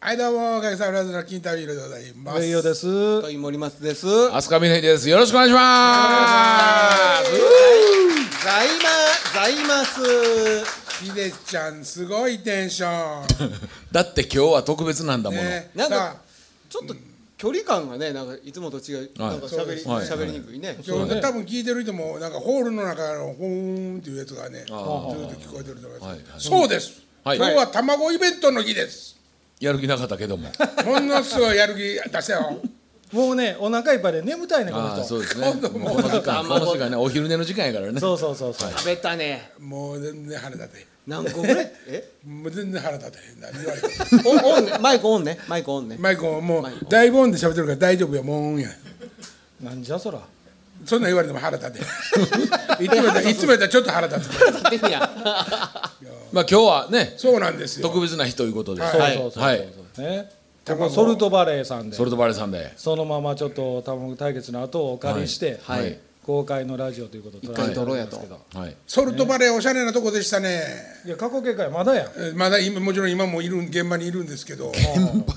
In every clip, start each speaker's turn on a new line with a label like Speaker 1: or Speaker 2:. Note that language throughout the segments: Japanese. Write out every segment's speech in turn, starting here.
Speaker 1: はいどうもおかげさまでラッキーインタビューでございます
Speaker 2: 栄養です。
Speaker 3: と井森松です。
Speaker 2: 飛鳥みねです。よろしくお願いします。
Speaker 3: ざいま、ざいます。
Speaker 1: ひでちゃんすごいテンション
Speaker 2: だって今日は特別なんだもの。
Speaker 1: ね
Speaker 3: なん
Speaker 1: さ
Speaker 3: か
Speaker 1: あ、
Speaker 3: ちょっと距離感がね、なんかいつもと違う、
Speaker 2: はい
Speaker 3: なんか喋り、
Speaker 2: そうですね
Speaker 3: 喋りにくいね。
Speaker 1: 今日、多分聞いてる人もなんかホールの中のホーンっていうやつがねずっと聞こえてると思います、
Speaker 2: はいはい
Speaker 1: そうです、
Speaker 2: はい
Speaker 1: 今日は卵イベントの日です
Speaker 2: やる気なかったけど も。
Speaker 1: ものすごいやる気出せよ
Speaker 4: もうね、お腹いっぱいで眠たいね、この
Speaker 2: ああ、そう
Speaker 4: 人。
Speaker 2: ですね。もうこの時間、この時間ね、お昼寝の時間やからね。
Speaker 4: そうそうそうそう。
Speaker 3: 食べたね。
Speaker 1: もう全然腹立て
Speaker 3: 何個ぐらい。え、
Speaker 1: へんもう全然腹立てへんな言われて
Speaker 3: オン、オンね、マイクオンね、マイクオンね。
Speaker 1: マイクもも
Speaker 3: マイク
Speaker 1: う大ボンで喋ってるから大丈夫よもうや
Speaker 4: なんじゃそら。
Speaker 1: そんなん言われても腹立て へんいつもやったらいつもやったらちょっと腹立つ
Speaker 3: 立ってんや。
Speaker 2: まあ今日はね、
Speaker 1: そうなんですよ
Speaker 2: 特別な日ということで。
Speaker 1: はい
Speaker 4: そう
Speaker 2: はい
Speaker 4: そうそう。
Speaker 2: はい。
Speaker 4: ね。
Speaker 1: 卵
Speaker 4: ソルトバレーさんで
Speaker 2: ソ。ルトバレーさんで。
Speaker 4: そのままちょっと卵対決の後をお借りして、
Speaker 3: はいはい
Speaker 4: 公開のラジオということで
Speaker 3: 一回撮ろうやと
Speaker 4: 撮られてるんです
Speaker 2: はい。
Speaker 1: ソルトバレーおしゃれなとこでしたね。
Speaker 4: けどいや過去形会まだやん
Speaker 1: えーまだ今もちろん今もいる現場にいるんですけど。現場。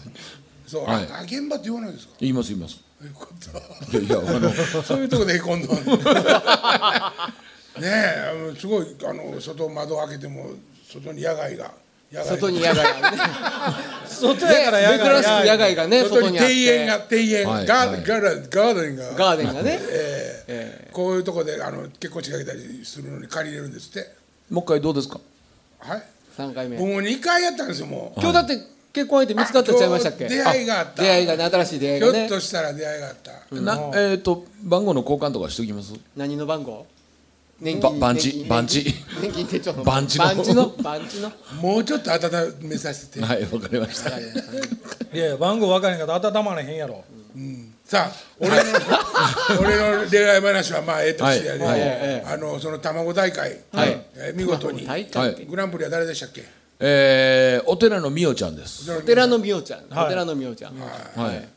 Speaker 1: そう、あ
Speaker 2: はい
Speaker 1: あ現場って言わないですか。
Speaker 2: 言います言います。
Speaker 1: よかっ
Speaker 2: いやいや、あの、
Speaker 1: たそういうとこでへこんどん。ねえ、あのすごいあの外窓開けても外に野外が野外
Speaker 3: 外に野外がね。
Speaker 4: 外やからやが
Speaker 3: 珍しく野外がね、
Speaker 1: 外
Speaker 3: 外
Speaker 1: に
Speaker 3: にあ
Speaker 1: 庭
Speaker 3: って。
Speaker 1: 園が庭園、
Speaker 2: はい
Speaker 1: ガーデ
Speaker 2: は
Speaker 1: ン
Speaker 2: い
Speaker 1: ガーデンガーデンが
Speaker 3: ガーデンがね。
Speaker 1: ええ
Speaker 3: え
Speaker 1: こういうとこであの結構近けたりするのに借りれるんですって。
Speaker 2: もう一回どうですか。
Speaker 1: はい。
Speaker 3: え三回目。
Speaker 1: もう二回やったんですよもう。
Speaker 3: 今日だって、結婚相手見つかったちゃいましたっけ。
Speaker 1: あ今日出会いがあった
Speaker 3: 出会いがね、新しい出会い
Speaker 1: ひょ
Speaker 3: が
Speaker 1: っ
Speaker 3: ね。
Speaker 1: としたら出会いがあった。
Speaker 2: な、えっと、番号の交換とかしておきます。
Speaker 3: 何の番号。年
Speaker 2: ば番地番地
Speaker 3: 年金手帳の
Speaker 2: 番地の
Speaker 3: 番地の番地の
Speaker 1: もうちょっと温めさせて、
Speaker 2: はい、わかりました。
Speaker 4: いやいや番号分からへんかったら温まれへんやろ
Speaker 1: さあ俺 の俺の恋愛話はまあええとしてやで、
Speaker 2: はい
Speaker 1: あのその卵大会、
Speaker 2: はい
Speaker 1: えー見事に
Speaker 3: 大
Speaker 2: は
Speaker 3: 会
Speaker 2: い
Speaker 1: グランプリは誰でしたっけ
Speaker 2: えーお寺のみおちゃんです。
Speaker 3: お寺のみおちゃん、
Speaker 4: はい
Speaker 3: お寺のみおちゃん、
Speaker 2: はい。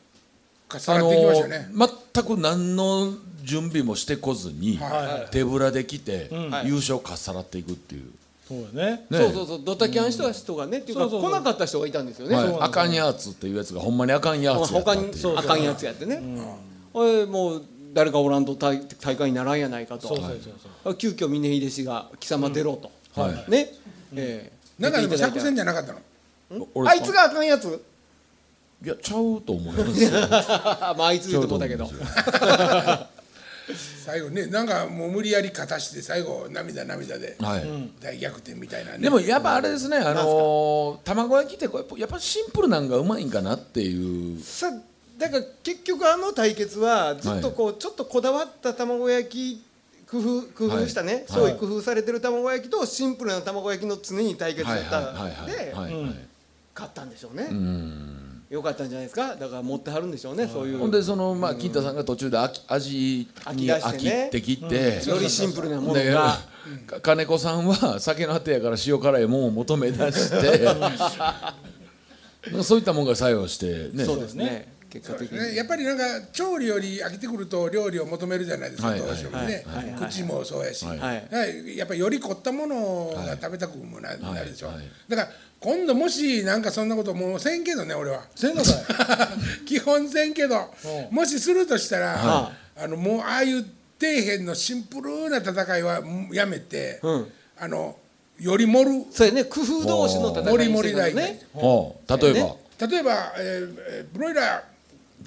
Speaker 1: 重なってきましたね、
Speaker 2: あのー全く何の準備もしてこずに、手ぶらで来て、優勝かっさらっていくっていう、
Speaker 4: そうよね
Speaker 2: ね
Speaker 3: そうそうそうドタキャンした人がね、っていうか
Speaker 4: そうそうそう
Speaker 3: 来なかった人がいたんですよね、
Speaker 2: はい、あかんやつっていうやつがほんまにあかんや
Speaker 3: まあ
Speaker 2: つやっ
Speaker 3: 他
Speaker 2: たっていう
Speaker 3: にあかんやつやってね、おいもう誰かおらんと大大会にならんやないかと
Speaker 4: そうそうそうそう
Speaker 3: 急遽峰秀氏が貴様出ろと、
Speaker 2: うんはい
Speaker 3: ね、ええ
Speaker 1: なんかでも作戦
Speaker 3: 出ていただい
Speaker 1: じゃなかったの
Speaker 3: た
Speaker 2: 俺
Speaker 3: あいつがあかん やつ
Speaker 2: いやちゃうと思います よ
Speaker 3: まああいつ言ってもうたけど
Speaker 2: ちょ
Speaker 1: 最後ねなんかもう無理やり勝たして最後涙涙で
Speaker 2: はい、
Speaker 1: 大逆転みたいなね
Speaker 2: でもやっぱあれですね、あのー卵焼きってこうやっぱやっぱシンプルなんがうまいんかなっていう
Speaker 3: さだから結局あの対決はずっとこう、ちょっとこだわった卵焼き工夫工夫したね、
Speaker 2: はい
Speaker 3: そういう工夫されてる卵焼きとシンプルな卵焼きの常に対決だ
Speaker 2: はい
Speaker 3: った
Speaker 2: はい
Speaker 3: ん
Speaker 2: はい
Speaker 3: で
Speaker 2: はいはい、
Speaker 3: 勝ったんでしょうね、
Speaker 2: うん
Speaker 3: よかったんじゃないですかだから持ってはるんでしょうね、そういう
Speaker 2: ほんでそのまあ金太さんが途中で飽き味に飽
Speaker 3: 飽き出してね
Speaker 2: きてきて、
Speaker 3: よりシンプルなもの
Speaker 2: だけ
Speaker 3: が
Speaker 2: どか金子さんは酒の果てやから塩辛いもんを求め出してなん かそういったもんが作用してね
Speaker 3: そうですね結
Speaker 1: そう
Speaker 3: 果
Speaker 1: で
Speaker 3: 的
Speaker 1: す
Speaker 3: に、
Speaker 1: ね、やっぱりなんか調理より飽きてくると料理を求めるじゃないですか、
Speaker 2: はい
Speaker 1: どうしてもね、
Speaker 2: はい
Speaker 3: はい
Speaker 1: 口もそうやし、
Speaker 2: はい
Speaker 1: はいやっぱりより凝ったものが食べたくもな,、
Speaker 2: い
Speaker 1: なるでしょ、
Speaker 2: はい
Speaker 1: だから今度もしなんかそんなこともうせんけどね俺は
Speaker 4: せんのかい
Speaker 1: 基本せんけど
Speaker 4: う
Speaker 1: もしするとしたら、
Speaker 3: は
Speaker 1: あのもうああいう底辺のシンプルな戦いはもうやめて、
Speaker 3: うん
Speaker 1: あのより盛る
Speaker 3: そうやね工夫同士の戦い
Speaker 1: 盛り
Speaker 3: にして
Speaker 1: 盛
Speaker 3: い
Speaker 1: り
Speaker 3: く
Speaker 1: 大
Speaker 3: のね
Speaker 2: おう例えば、
Speaker 3: ね
Speaker 1: 例えば、えーえーブロイラー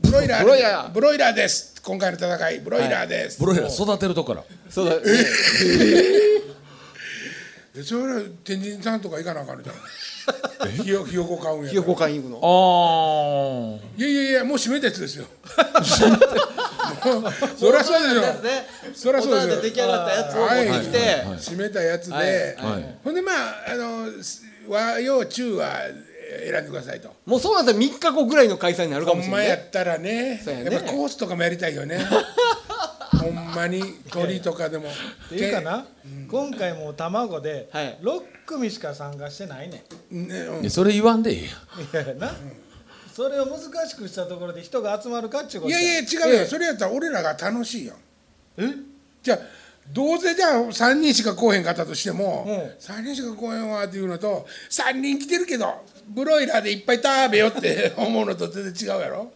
Speaker 1: ブロイラー
Speaker 3: ブロイラー
Speaker 1: ブロイラーです今回の戦いブロイラーです、
Speaker 2: ブロイラー育てるとこから
Speaker 3: そうだね
Speaker 1: でそれは天神さんとか行かなあかんのじゃんひよひよこ買うんや
Speaker 3: ひよこ
Speaker 1: か
Speaker 3: 館行くの
Speaker 2: あ
Speaker 1: らいやいやいやもう閉めたやつですよもうそりゃそうでしょ
Speaker 3: そうですね
Speaker 1: そりゃそうですよ
Speaker 3: 大人で出来上がったやつを持ってきて、
Speaker 2: はい
Speaker 1: 閉めたやつで、
Speaker 2: はいはい
Speaker 1: ほんでまああのす和洋中はえー選んでくださいと。
Speaker 3: もうそうなったら3日後ぐらいの開催になるか
Speaker 1: ほ
Speaker 3: もし
Speaker 1: ん
Speaker 3: れ
Speaker 1: ま
Speaker 3: ない
Speaker 1: や
Speaker 3: ね
Speaker 1: ったらね
Speaker 3: そうや
Speaker 1: や
Speaker 3: ね
Speaker 1: っぱコースとかもやりたいよねほんまに鳥とかでも
Speaker 4: っていうかな、今回もう卵で
Speaker 3: はい
Speaker 4: 6組しか参加してないね
Speaker 1: けねうん
Speaker 2: あそれ言わんでいいや
Speaker 4: んいやな、それを難しくしたところで人が集まるかっちゅうこ
Speaker 1: い
Speaker 4: と
Speaker 1: やいや違うよ、それやったら俺らが楽しいよ
Speaker 4: え
Speaker 1: じゃあどうせじゃあ3人しか来おへんかったとしても、3人しか来おへんわっていうのと3人来てるけどブロイラーでいっぱい食べよって 思うのと全然違うやろ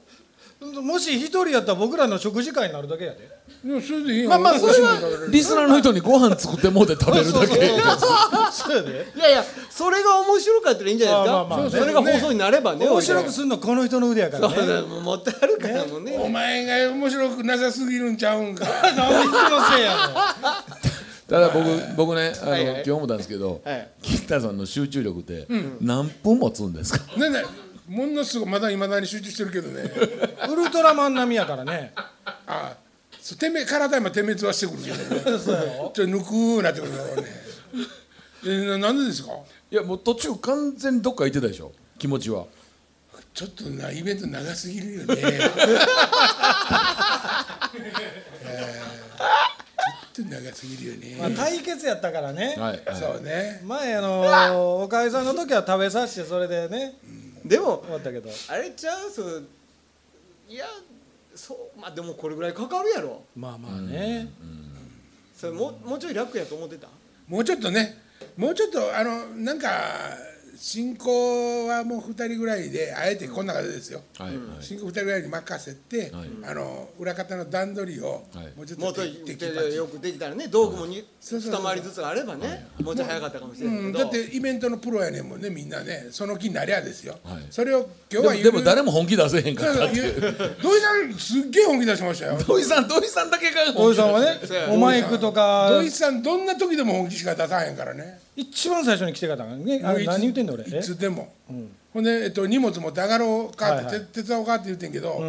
Speaker 4: もし一人やったら僕らの食事会になるだけやで
Speaker 1: でもそれでいいやん
Speaker 3: まあまあそれは
Speaker 1: 私も食べれる
Speaker 2: リスナーの人にご飯作ってもうて食べるだけ
Speaker 4: そうやで
Speaker 3: いやいやそれが面白かったらいいんじゃないですか
Speaker 4: あまあまあね
Speaker 3: それが放送になればね
Speaker 4: 面白くするのこの人の腕やからね
Speaker 3: そうだもう持ってあるからもうね
Speaker 1: お前が面白くなさすぎるんちゃうん か
Speaker 4: 何でのせいやね
Speaker 2: ただ僕僕ねあの、
Speaker 3: はいはい
Speaker 2: 今日思ったんですけど、
Speaker 3: はい
Speaker 2: 金太さんの集中力って何分持つんですか、
Speaker 1: なんだものすごいまだいまだに集中してるけどね
Speaker 4: んウルトラマン並みやからね
Speaker 1: あそうてめ体今点滅はしてくるけど ねちょっと抜くーなってくるからねえななんでですか
Speaker 2: いやもう途中完全にどっか行ってたでしょ気持ちは
Speaker 1: ちょっとなイベント長すぎるよね えーちょっと長すぎるよね、
Speaker 4: まあ対決やったから
Speaker 2: は
Speaker 4: ね
Speaker 2: い、はい
Speaker 1: そうね
Speaker 4: 前あのーおかゆさんの時は食べさせてそれでね
Speaker 3: でも
Speaker 4: 終わったけど
Speaker 3: あれちゃうそういやそうまあでもこれぐらいかかるやろ
Speaker 4: まあまあね
Speaker 3: それもうもうちょい楽やと思ってた
Speaker 1: もうちょっとねもうちょっとあのなんか進行はもう2人ぐらいであえてこんな感じですよ、
Speaker 2: はいはい
Speaker 1: 進行2人ぐらいに任せて、
Speaker 2: はい
Speaker 1: あの裏方の段取りを
Speaker 2: はい
Speaker 1: もうちょっ
Speaker 3: もうち
Speaker 1: と
Speaker 3: ょ
Speaker 1: テ
Speaker 3: い
Speaker 1: キテキパチ
Speaker 3: よくできたらね道具もに
Speaker 1: そうそうそう
Speaker 3: 二回りずつあればねもうちょい早かったかもしれな
Speaker 1: う
Speaker 3: い
Speaker 1: ん、
Speaker 3: けど
Speaker 1: だってイベントのプロやねんもんねみんなねその気になりゃですよ、
Speaker 2: はい
Speaker 1: それを今日
Speaker 2: で
Speaker 1: は
Speaker 2: もでも誰も本気出せへんか
Speaker 1: そ
Speaker 2: っ
Speaker 1: う
Speaker 2: た
Speaker 1: そ
Speaker 2: っ
Speaker 1: う
Speaker 2: て
Speaker 1: 言
Speaker 2: いう
Speaker 1: う土井さんすっげえ本気出してましたよ
Speaker 2: 土井さん土井さんだけが本
Speaker 4: おじ
Speaker 2: 気
Speaker 4: さんはね
Speaker 3: そうや
Speaker 4: お前行くとか
Speaker 1: 土井さんどんな時でも本気しか出さへんからね
Speaker 4: 一番最初に来てからねあ
Speaker 1: もうい
Speaker 4: れ
Speaker 1: つ
Speaker 4: 何言ってんの俺
Speaker 1: いつでも、ほんで、えっと、荷物持って上がろうかって、
Speaker 4: はいはい
Speaker 1: 手手伝おうかって言ってんけど、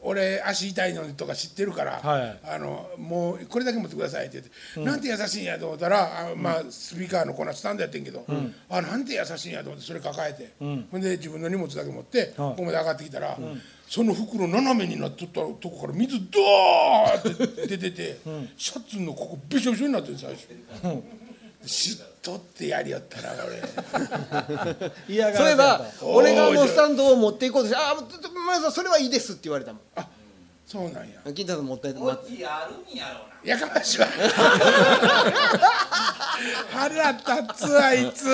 Speaker 1: 俺足痛いのにとか知ってるから、
Speaker 4: はい
Speaker 1: あのもうこれだけ持ってくださいって言って、なんて優しいんやと思ったらあまあスピーカーのこんなスタンドやってんけど、あなんて優しいんやと思ってそれ抱えて、ほんで自分の荷物だけ持って、
Speaker 4: はい
Speaker 1: ここまで上がってきたら、その袋斜めになっとったとこから水ドーって出てて、シャツのここびしょびしょになってる最初。知っとってやりよったな俺。
Speaker 4: 嫌が
Speaker 3: そうい
Speaker 4: らせや
Speaker 3: え
Speaker 4: った
Speaker 3: ば俺がもうスタンドを持っていこうとして「ああ村さんそれはいいです」って言われたも
Speaker 1: そうなんや。
Speaker 3: ん金太さん持ってま
Speaker 1: やかましいわ。腹立つあいつ。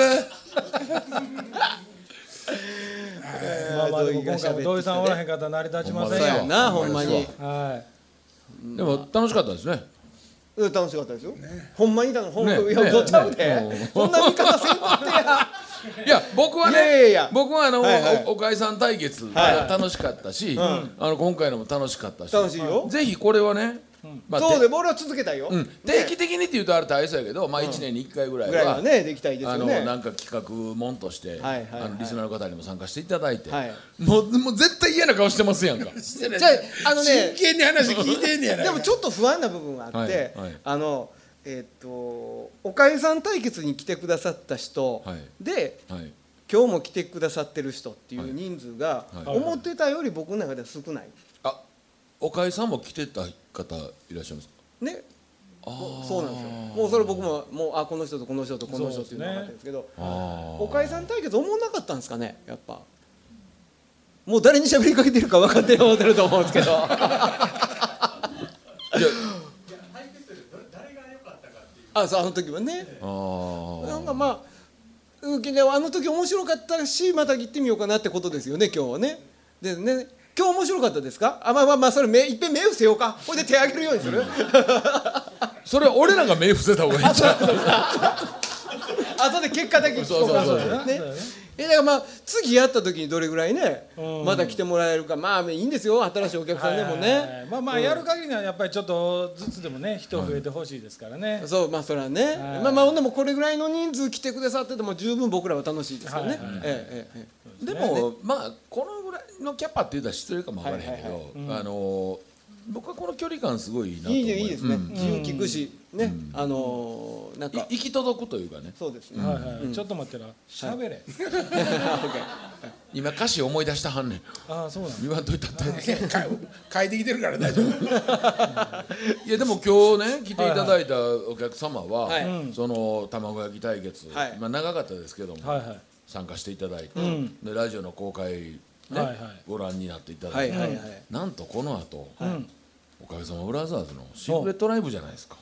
Speaker 4: まあまあで
Speaker 3: 土
Speaker 4: も
Speaker 3: 井が
Speaker 4: 今
Speaker 3: 喋って
Speaker 4: 回
Speaker 3: きて
Speaker 4: も
Speaker 3: ね
Speaker 4: 土井さんおらへんかったら成り立ちませ
Speaker 3: そ
Speaker 4: ん
Speaker 3: う
Speaker 4: よ
Speaker 3: やなほんまに
Speaker 4: は
Speaker 2: でも楽しかったですね
Speaker 3: うん楽しかったですよほんまにだのほんま
Speaker 2: ね
Speaker 3: い
Speaker 2: ね
Speaker 3: やどっちゃう
Speaker 2: ね
Speaker 3: でそんな見方せんとってや
Speaker 2: いや僕はね
Speaker 3: いやいやいや
Speaker 2: 僕はあの、
Speaker 3: はいはい
Speaker 2: おおかいさん対決が楽しかったし、あの今回のも楽しかったし
Speaker 3: 楽しいよ
Speaker 2: ぜひこれはね、 まあ
Speaker 3: そう
Speaker 2: て
Speaker 3: でも俺は続けたいよ
Speaker 2: うん定期的にって言うとあれ大変そうやけど、まあ1年に1回ぐらい
Speaker 3: ぐらい
Speaker 2: は、
Speaker 3: はねできたいです
Speaker 2: あ
Speaker 3: よ
Speaker 2: の
Speaker 3: ね
Speaker 2: なんか企画もんとして、
Speaker 3: はいはいはい
Speaker 2: あのリスナーの方にも参加していただいて、
Speaker 3: はい
Speaker 2: もうもう絶対嫌な顔してますやんか
Speaker 3: じゃああのね
Speaker 1: 真剣に話聞いてんねやない
Speaker 3: で
Speaker 1: か。
Speaker 3: もちょっと不安な部分があって、
Speaker 2: はいはい
Speaker 3: あのえっとおかえさん対決に来てくださった人、
Speaker 2: はい
Speaker 3: で
Speaker 2: はい
Speaker 3: 今日も来てくださってる人っていう人数が、
Speaker 2: はいはい
Speaker 3: 思ってたより僕の中では少ない、
Speaker 2: あおかいさんも来てた方いらっしゃいますか
Speaker 3: ねそうなんですよもうそれ僕ももうあこの人とこの人とこの人っていうのが分かってるんですけど
Speaker 2: あ
Speaker 3: おかえさん対決思わなかったんですかねやっぱもう誰に喋りかけてるか分かって思ってると思うんですけど
Speaker 2: あじゃ
Speaker 3: あそうあの時はね
Speaker 2: ああ
Speaker 3: なんかまあうんけどあの時面白かったしまた行ってみようかなってことですよね今日はね。でね今日面白かったですかあまあまあまあそれ目いっぺん目伏せようかほいで手挙げるようにする
Speaker 2: それは俺らが目伏せた方がいいんちゃう
Speaker 3: 後で結果だけ聞こうか
Speaker 2: そうそう
Speaker 3: ね
Speaker 4: そうそうだね
Speaker 3: えだからまあ次やった時にどれぐらいねまた来てもらえるかまあいいんですよ新しいお客さんでも
Speaker 4: はいはいは
Speaker 3: ね
Speaker 4: いまあまあやる限りにはやっぱりちょっとずつでもね人増えてほしいですからね
Speaker 3: そうまあそれはね
Speaker 4: はい
Speaker 3: まあまあほんでもこれぐらいの人数来てくださってても十分僕らは楽しいですよね
Speaker 4: はいは
Speaker 3: え
Speaker 4: い
Speaker 3: ええええ
Speaker 2: でも、まあこのぐらいのキャパって言うたら失礼かもわからへんけど、あのー僕はこの距離感すごいいいなと
Speaker 3: えい
Speaker 2: 思
Speaker 3: い
Speaker 2: い
Speaker 3: ねいいですね
Speaker 2: うん
Speaker 3: 自由聞くしねあのーなん
Speaker 2: い
Speaker 3: か
Speaker 2: 行き届くというかね
Speaker 3: そう ですね
Speaker 4: はいはいちょっと待ってな喋れ
Speaker 2: 今歌詞思い出したはんねん
Speaker 4: ああそうなんだ
Speaker 2: 言わんといたって
Speaker 1: か変えてきてるから大丈夫。
Speaker 2: いやでも今日ね来ていただいたお客様は、
Speaker 3: はい
Speaker 2: その卵焼き対決、
Speaker 3: はい
Speaker 2: まあ長かったですけども、
Speaker 4: はいはい
Speaker 2: 参加していただいて、でラジオの公開、ね
Speaker 4: はいはい
Speaker 2: ご覧になっていただいて、
Speaker 3: はいはいはい、
Speaker 2: なんとこの後、おかげさまブラザーズのシークレットライブじゃないですか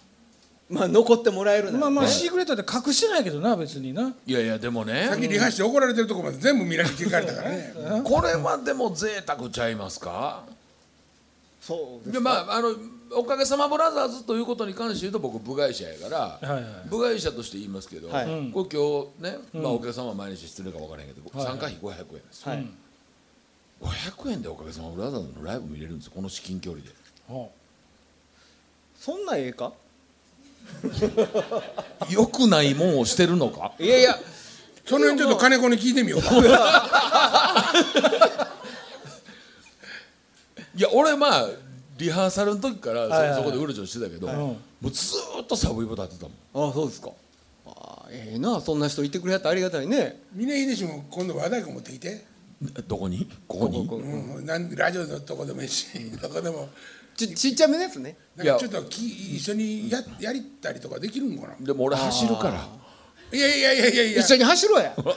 Speaker 3: まあ残ってもらえるなら、
Speaker 4: まあまあシークレットって隠してないけどな別にない
Speaker 2: やいやでもね
Speaker 1: さっきリハして怒られてるとこまで全部見られて聞かれたからね
Speaker 2: これはでも贅沢ちゃいますか
Speaker 3: そう
Speaker 2: でまああのおかげさまブラザーズということに関して言うと僕部外者やから、
Speaker 4: はい
Speaker 2: 部外者として言いますけど、
Speaker 3: はい
Speaker 2: これ今日ね、まあ、お客様毎日失礼か分からへんけど、僕参加費500円ですよ、
Speaker 3: はい、
Speaker 2: 500円でおかげさまブラザーズのライブ見れるんですよこの至近距離で
Speaker 4: は
Speaker 3: そんなんええか
Speaker 2: 良くないもんをしてるのか
Speaker 3: いやいや
Speaker 1: その辺ちょっと金子に聞いてみようか
Speaker 2: いや俺まあリハーサルの時からそ,、
Speaker 4: はいはい
Speaker 2: こでうるちょろしてたけど、
Speaker 4: い
Speaker 2: もうずーっとサブイボ立ってたもん
Speaker 3: ああそうですかああええなそんな人いてくれはってありがたいね
Speaker 1: 峰秀氏も今度和太鼓持ってきて、
Speaker 2: えどこにここに
Speaker 3: ここ
Speaker 1: うん、なんラジオのとこでもいいし どこでも
Speaker 3: ちちっちゃめのやつね
Speaker 1: なんかちょっとき一緒にややりたりとかできるんかな
Speaker 2: でも俺走るから
Speaker 1: いやいやいやいやいや
Speaker 3: 一緒に走ろうや その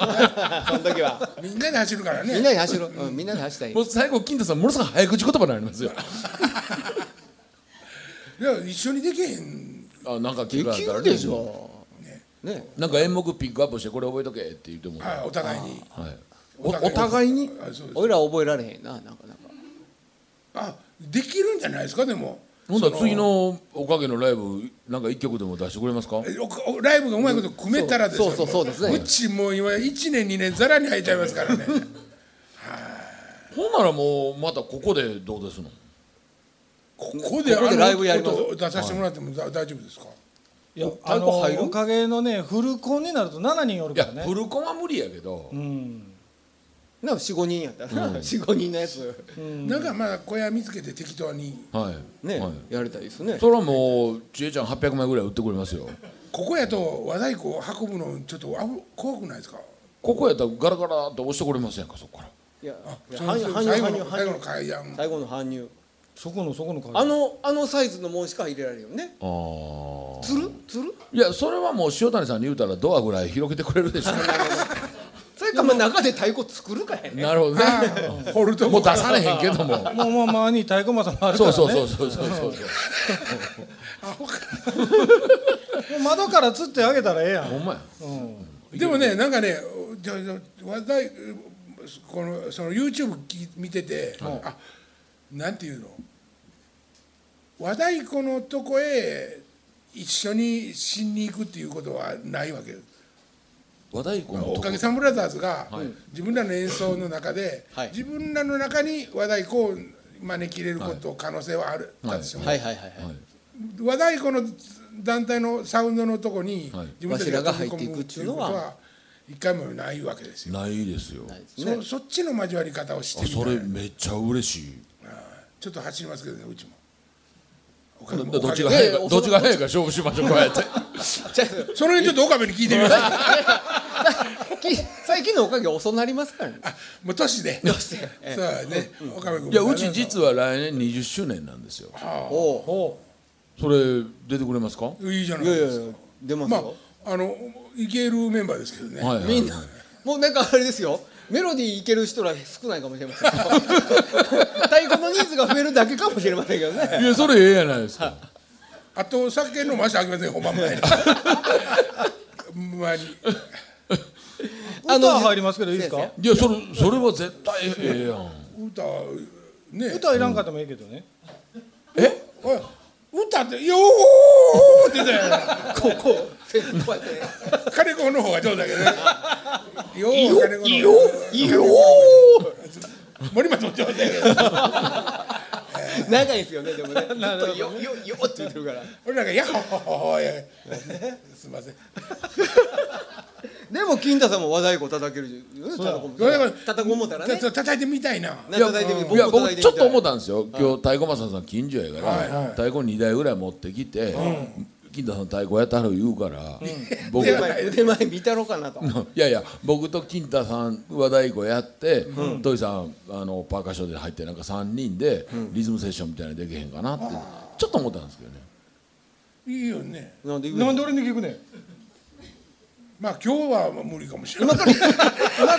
Speaker 3: 時は
Speaker 1: みんなで走るからね
Speaker 3: みんなで走ろう、うん、みんなで走ったらいい
Speaker 2: もう最後金太さんものすごい早口言葉になりますよ
Speaker 1: いや一緒にできへん
Speaker 2: あなんか聞
Speaker 3: で
Speaker 2: かれ
Speaker 3: き
Speaker 2: たら
Speaker 3: る
Speaker 2: ね
Speaker 3: でしょね
Speaker 2: なんか演目ピックアップしてこれ覚えとけって言ってもらう
Speaker 1: はいお互いに
Speaker 2: はい、おお互いに
Speaker 1: あそうです
Speaker 3: 俺ら覚えられへんななかなか
Speaker 1: あできるんじゃないですかでも
Speaker 2: ほんだら次のおかげのライブなんか一曲でも出してくれますか
Speaker 1: えおおライブがうまいこと組めたらですよ
Speaker 3: そうそうそうそうですね
Speaker 1: うちもう今1年2年ざらに入っちゃいますから ね
Speaker 2: ほんならもうまたここでどうですの
Speaker 1: ここで
Speaker 3: ここで
Speaker 1: あの
Speaker 3: ライブやります
Speaker 1: 音を出させてもらってもだ大丈夫ですか
Speaker 4: いいや
Speaker 3: 太
Speaker 4: あ
Speaker 3: 鼓
Speaker 4: の
Speaker 3: 入る
Speaker 4: おかげのねフルコンになると7人おる
Speaker 2: い
Speaker 4: か
Speaker 2: や
Speaker 4: らね
Speaker 2: フルコンは無理やけど、
Speaker 4: うん
Speaker 3: な45人やったらな、45人のやつ
Speaker 1: なんかまあ小屋見つけて適当に
Speaker 2: はい
Speaker 3: ね、
Speaker 2: はい
Speaker 3: やれたらいいですね
Speaker 2: それはもうちえちゃん800枚ぐらい売ってくれますよ
Speaker 1: ここやと和太鼓を運ぶのちょっとあぶ怖くないですか
Speaker 2: ここやったらガラガラって押してくれませんかそこから
Speaker 3: いや
Speaker 1: あ
Speaker 3: いや
Speaker 1: その
Speaker 3: 搬入搬
Speaker 1: 最
Speaker 3: 入
Speaker 1: 後の
Speaker 3: 搬入
Speaker 1: 最後の
Speaker 3: 搬入
Speaker 1: 階段
Speaker 3: 最後の搬入
Speaker 4: そこのそこの
Speaker 3: あ
Speaker 4: 鍵
Speaker 3: のあのサイズのもんしか入れられるよね
Speaker 2: あー
Speaker 3: つるつる
Speaker 2: いやそれはもう塩谷さんに言うたらドアぐらい広げてくれるでしょ
Speaker 3: それかまあ中で太鼓作るかや ね
Speaker 2: なるほどね
Speaker 1: 掘るとこ
Speaker 2: もう出されへんけど も
Speaker 4: もうまあまあに太鼓松もあるから
Speaker 2: そう
Speaker 4: ね
Speaker 2: そうそうそうそうそう
Speaker 4: もう窓から釣ってあげたらええやん
Speaker 2: ほんまや
Speaker 1: でもねなんかねじゃあじゃあ話題このその YouTube き見てて、あなんていうの和太鼓のとこへ一緒にしに行くっていうことはないわけです
Speaker 2: 和太鼓の
Speaker 1: お
Speaker 2: とこ
Speaker 1: かげさんブラザーズが、
Speaker 2: はい
Speaker 1: 自分らの演奏の中で、
Speaker 3: はい
Speaker 1: 自分らの中に和太鼓を招き入れること、可能性はある
Speaker 2: はい
Speaker 1: たんですよね、
Speaker 3: はいはいはいはい、
Speaker 2: はい
Speaker 1: 和太鼓の団体のサウンドのとこに、
Speaker 2: はい
Speaker 1: 自分たちが飛び込
Speaker 3: わしらが入っていく
Speaker 1: む
Speaker 3: っ
Speaker 1: ってて
Speaker 3: い
Speaker 1: いうう
Speaker 3: の
Speaker 1: こ
Speaker 3: は
Speaker 1: とは一回もないわけですよ
Speaker 2: ないですよ
Speaker 3: ないですね
Speaker 1: そそっちの交わり方をして
Speaker 2: あ
Speaker 1: み
Speaker 2: そ
Speaker 1: た
Speaker 2: れ
Speaker 1: い
Speaker 2: めっちゃ嬉しい
Speaker 1: ちょっと走りますけどねうちも岡部も
Speaker 2: どっ
Speaker 1: 岡
Speaker 2: ち
Speaker 1: 部
Speaker 2: が早い
Speaker 3: いやい
Speaker 2: か
Speaker 3: や
Speaker 2: どっちが早いか勝負しましょうこうやって
Speaker 3: じゃあ
Speaker 1: その辺ちょっと岡部に聞いてみます
Speaker 3: き最近のおかげ遅なりますからね。
Speaker 1: もう年で
Speaker 3: どうして。え
Speaker 1: そうやね岡部君
Speaker 2: いやうち実は来年20周年なんですよ
Speaker 3: おう
Speaker 4: お
Speaker 2: それ出てくれますかはい
Speaker 1: いじゃない
Speaker 3: いやい
Speaker 1: で
Speaker 3: や
Speaker 1: すか
Speaker 3: 出ます
Speaker 1: まあ
Speaker 3: よ。
Speaker 1: あのいけるメンバーですけどね、
Speaker 2: いはい
Speaker 3: みんなもうなんかあれですよ。メロディーいける人ら少ないかもしれません。太鼓のニーズが増えるだけかもしれませんけどね。
Speaker 2: いやそれええやないですか
Speaker 1: あと酒飲ましてあげません本番前に ほんまに
Speaker 4: お歌は入りますけどいいです
Speaker 3: 先
Speaker 4: か
Speaker 2: いやそれそれは絶対ええやん
Speaker 1: 歌ね
Speaker 4: 歌いらんかってもいいけどね
Speaker 2: え
Speaker 1: おい歌って「よー!」って言ったら
Speaker 3: こうこう先生こうやってね。
Speaker 1: 金子の方が上手だけどね「よ
Speaker 3: い
Speaker 1: ー
Speaker 3: いよ
Speaker 1: 金子の方が
Speaker 3: いいよいいよ。
Speaker 1: 森松も上手だけど
Speaker 3: 長いですよ ねでもね。ずっとよよよって言ってるから。
Speaker 1: 俺なんか「やっほほほほ」やすいません
Speaker 3: でも金太さんも和太鼓叩けるじゃん。叩こうも
Speaker 1: 和太鼓
Speaker 3: 叩こう思ったら
Speaker 1: ちょっ
Speaker 3: ね。
Speaker 1: と叩いてみたいな。
Speaker 3: な叩いてみる。
Speaker 2: いや
Speaker 3: も叩
Speaker 2: 僕
Speaker 3: いてみ
Speaker 2: ちょっと思ったたんですよ今日太鼓正さん近所やから、
Speaker 1: はいはい
Speaker 2: 太鼓2台ぐらい持ってきて、金太さん太鼓やったる言うから、僕
Speaker 3: い。
Speaker 2: い
Speaker 3: 腕前腕前見たろかなと。
Speaker 2: や いや僕と金太さん和太鼓やって土井、さんあのパーカッションで入ってなんか3人でリズムセッションみたいなのできへんかなって、ちょっと思ったんですけどね
Speaker 1: いいよね。
Speaker 3: なんで言うの
Speaker 4: なんで俺に聞くねん
Speaker 1: まあ今日は無理かもしれない。
Speaker 3: 今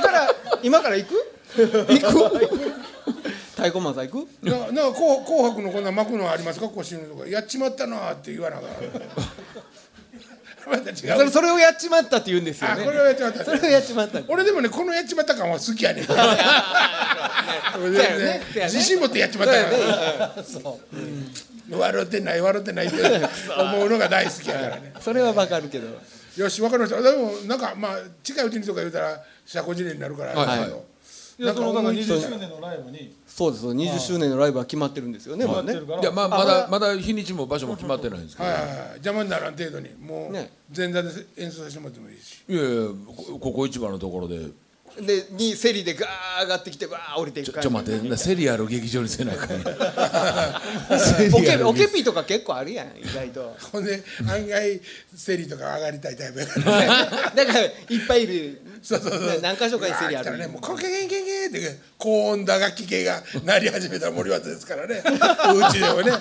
Speaker 3: から今から行く行く太鼓マンさん行く
Speaker 1: ななん か紅紅白のこんな巻くのありますか腰のとかやっちまったなーって言わながら。また違う
Speaker 3: それそれをやっちまったって言うんですよ
Speaker 1: あ
Speaker 3: ね
Speaker 1: これはやっちまった
Speaker 3: それをやっちまった
Speaker 1: 俺でもねこのやっちまった感は好きやね俺
Speaker 3: そうやね
Speaker 1: ね
Speaker 3: そうやね
Speaker 1: 自信持ってやっちまったから笑ってない笑ってないって思うのが大好きやからね
Speaker 3: それはわかるけど
Speaker 1: よし分かりましたでもなんかまあ近いうちにとか言うたら社交辞令になるから
Speaker 2: はい
Speaker 1: あれだけど
Speaker 4: いやそのだから
Speaker 1: 思いついた
Speaker 4: 20
Speaker 1: ら
Speaker 4: 周年のライブに
Speaker 3: そうです20周年のライブは決まってるんですよね,、
Speaker 4: な
Speaker 3: まあ、
Speaker 4: って
Speaker 3: ね
Speaker 4: るから
Speaker 2: いやまあまだまだ日にちも場所も決まってないんですけど
Speaker 1: はいはいはい邪魔にならん程度にもう
Speaker 3: ね
Speaker 1: 前座で演奏させてもらってもいいし
Speaker 2: いやいやこここ一番のところで
Speaker 3: でにセリでガー上がってきてわー降りてい
Speaker 2: ち
Speaker 3: く
Speaker 2: ょちょ待ってなセリアル劇場にせなあかんやん
Speaker 3: オケオ
Speaker 2: オ
Speaker 3: ケピとか結構あるやん意外 と
Speaker 1: ほんで案外セリとか上がりたいタイプやから
Speaker 3: だからいっぱいいる
Speaker 1: そうそうそう。
Speaker 3: な何箇所かにセリ
Speaker 1: うわー
Speaker 3: あ
Speaker 1: 来たら
Speaker 3: る
Speaker 1: ね、もうコケケンケンケンって高温打楽器系が鳴り始めた森渡ですから ね。うちでもね、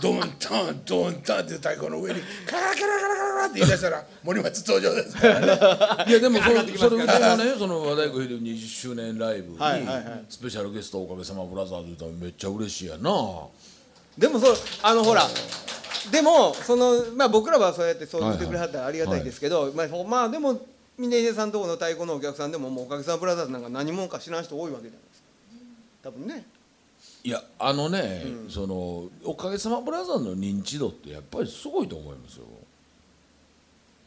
Speaker 1: ドンタンドンタンっていう太鼓の上にカラカラカラカラカラって言い出したら森松登場ですからね。
Speaker 2: いやでもそのそれうちのねその和太鼓秀二20周年ライブに
Speaker 3: はいはいはい
Speaker 2: スペシャルゲストおかげさまブラザーズ歌うめっちゃ嬉しいやな
Speaker 3: でもそうあのほらでもそのまあ僕らはそうやってそう言ってくれはったらありがたいですけど、まあほまあでも峰秀さんとこの太鼓のお客さんでももうおかげさまブラザーズなんか何者か知らん人多いわけじゃないですか多分ね
Speaker 2: いやあのね、そのおかげさまブラザーズの認知度ってやっぱりすごいと思いますよ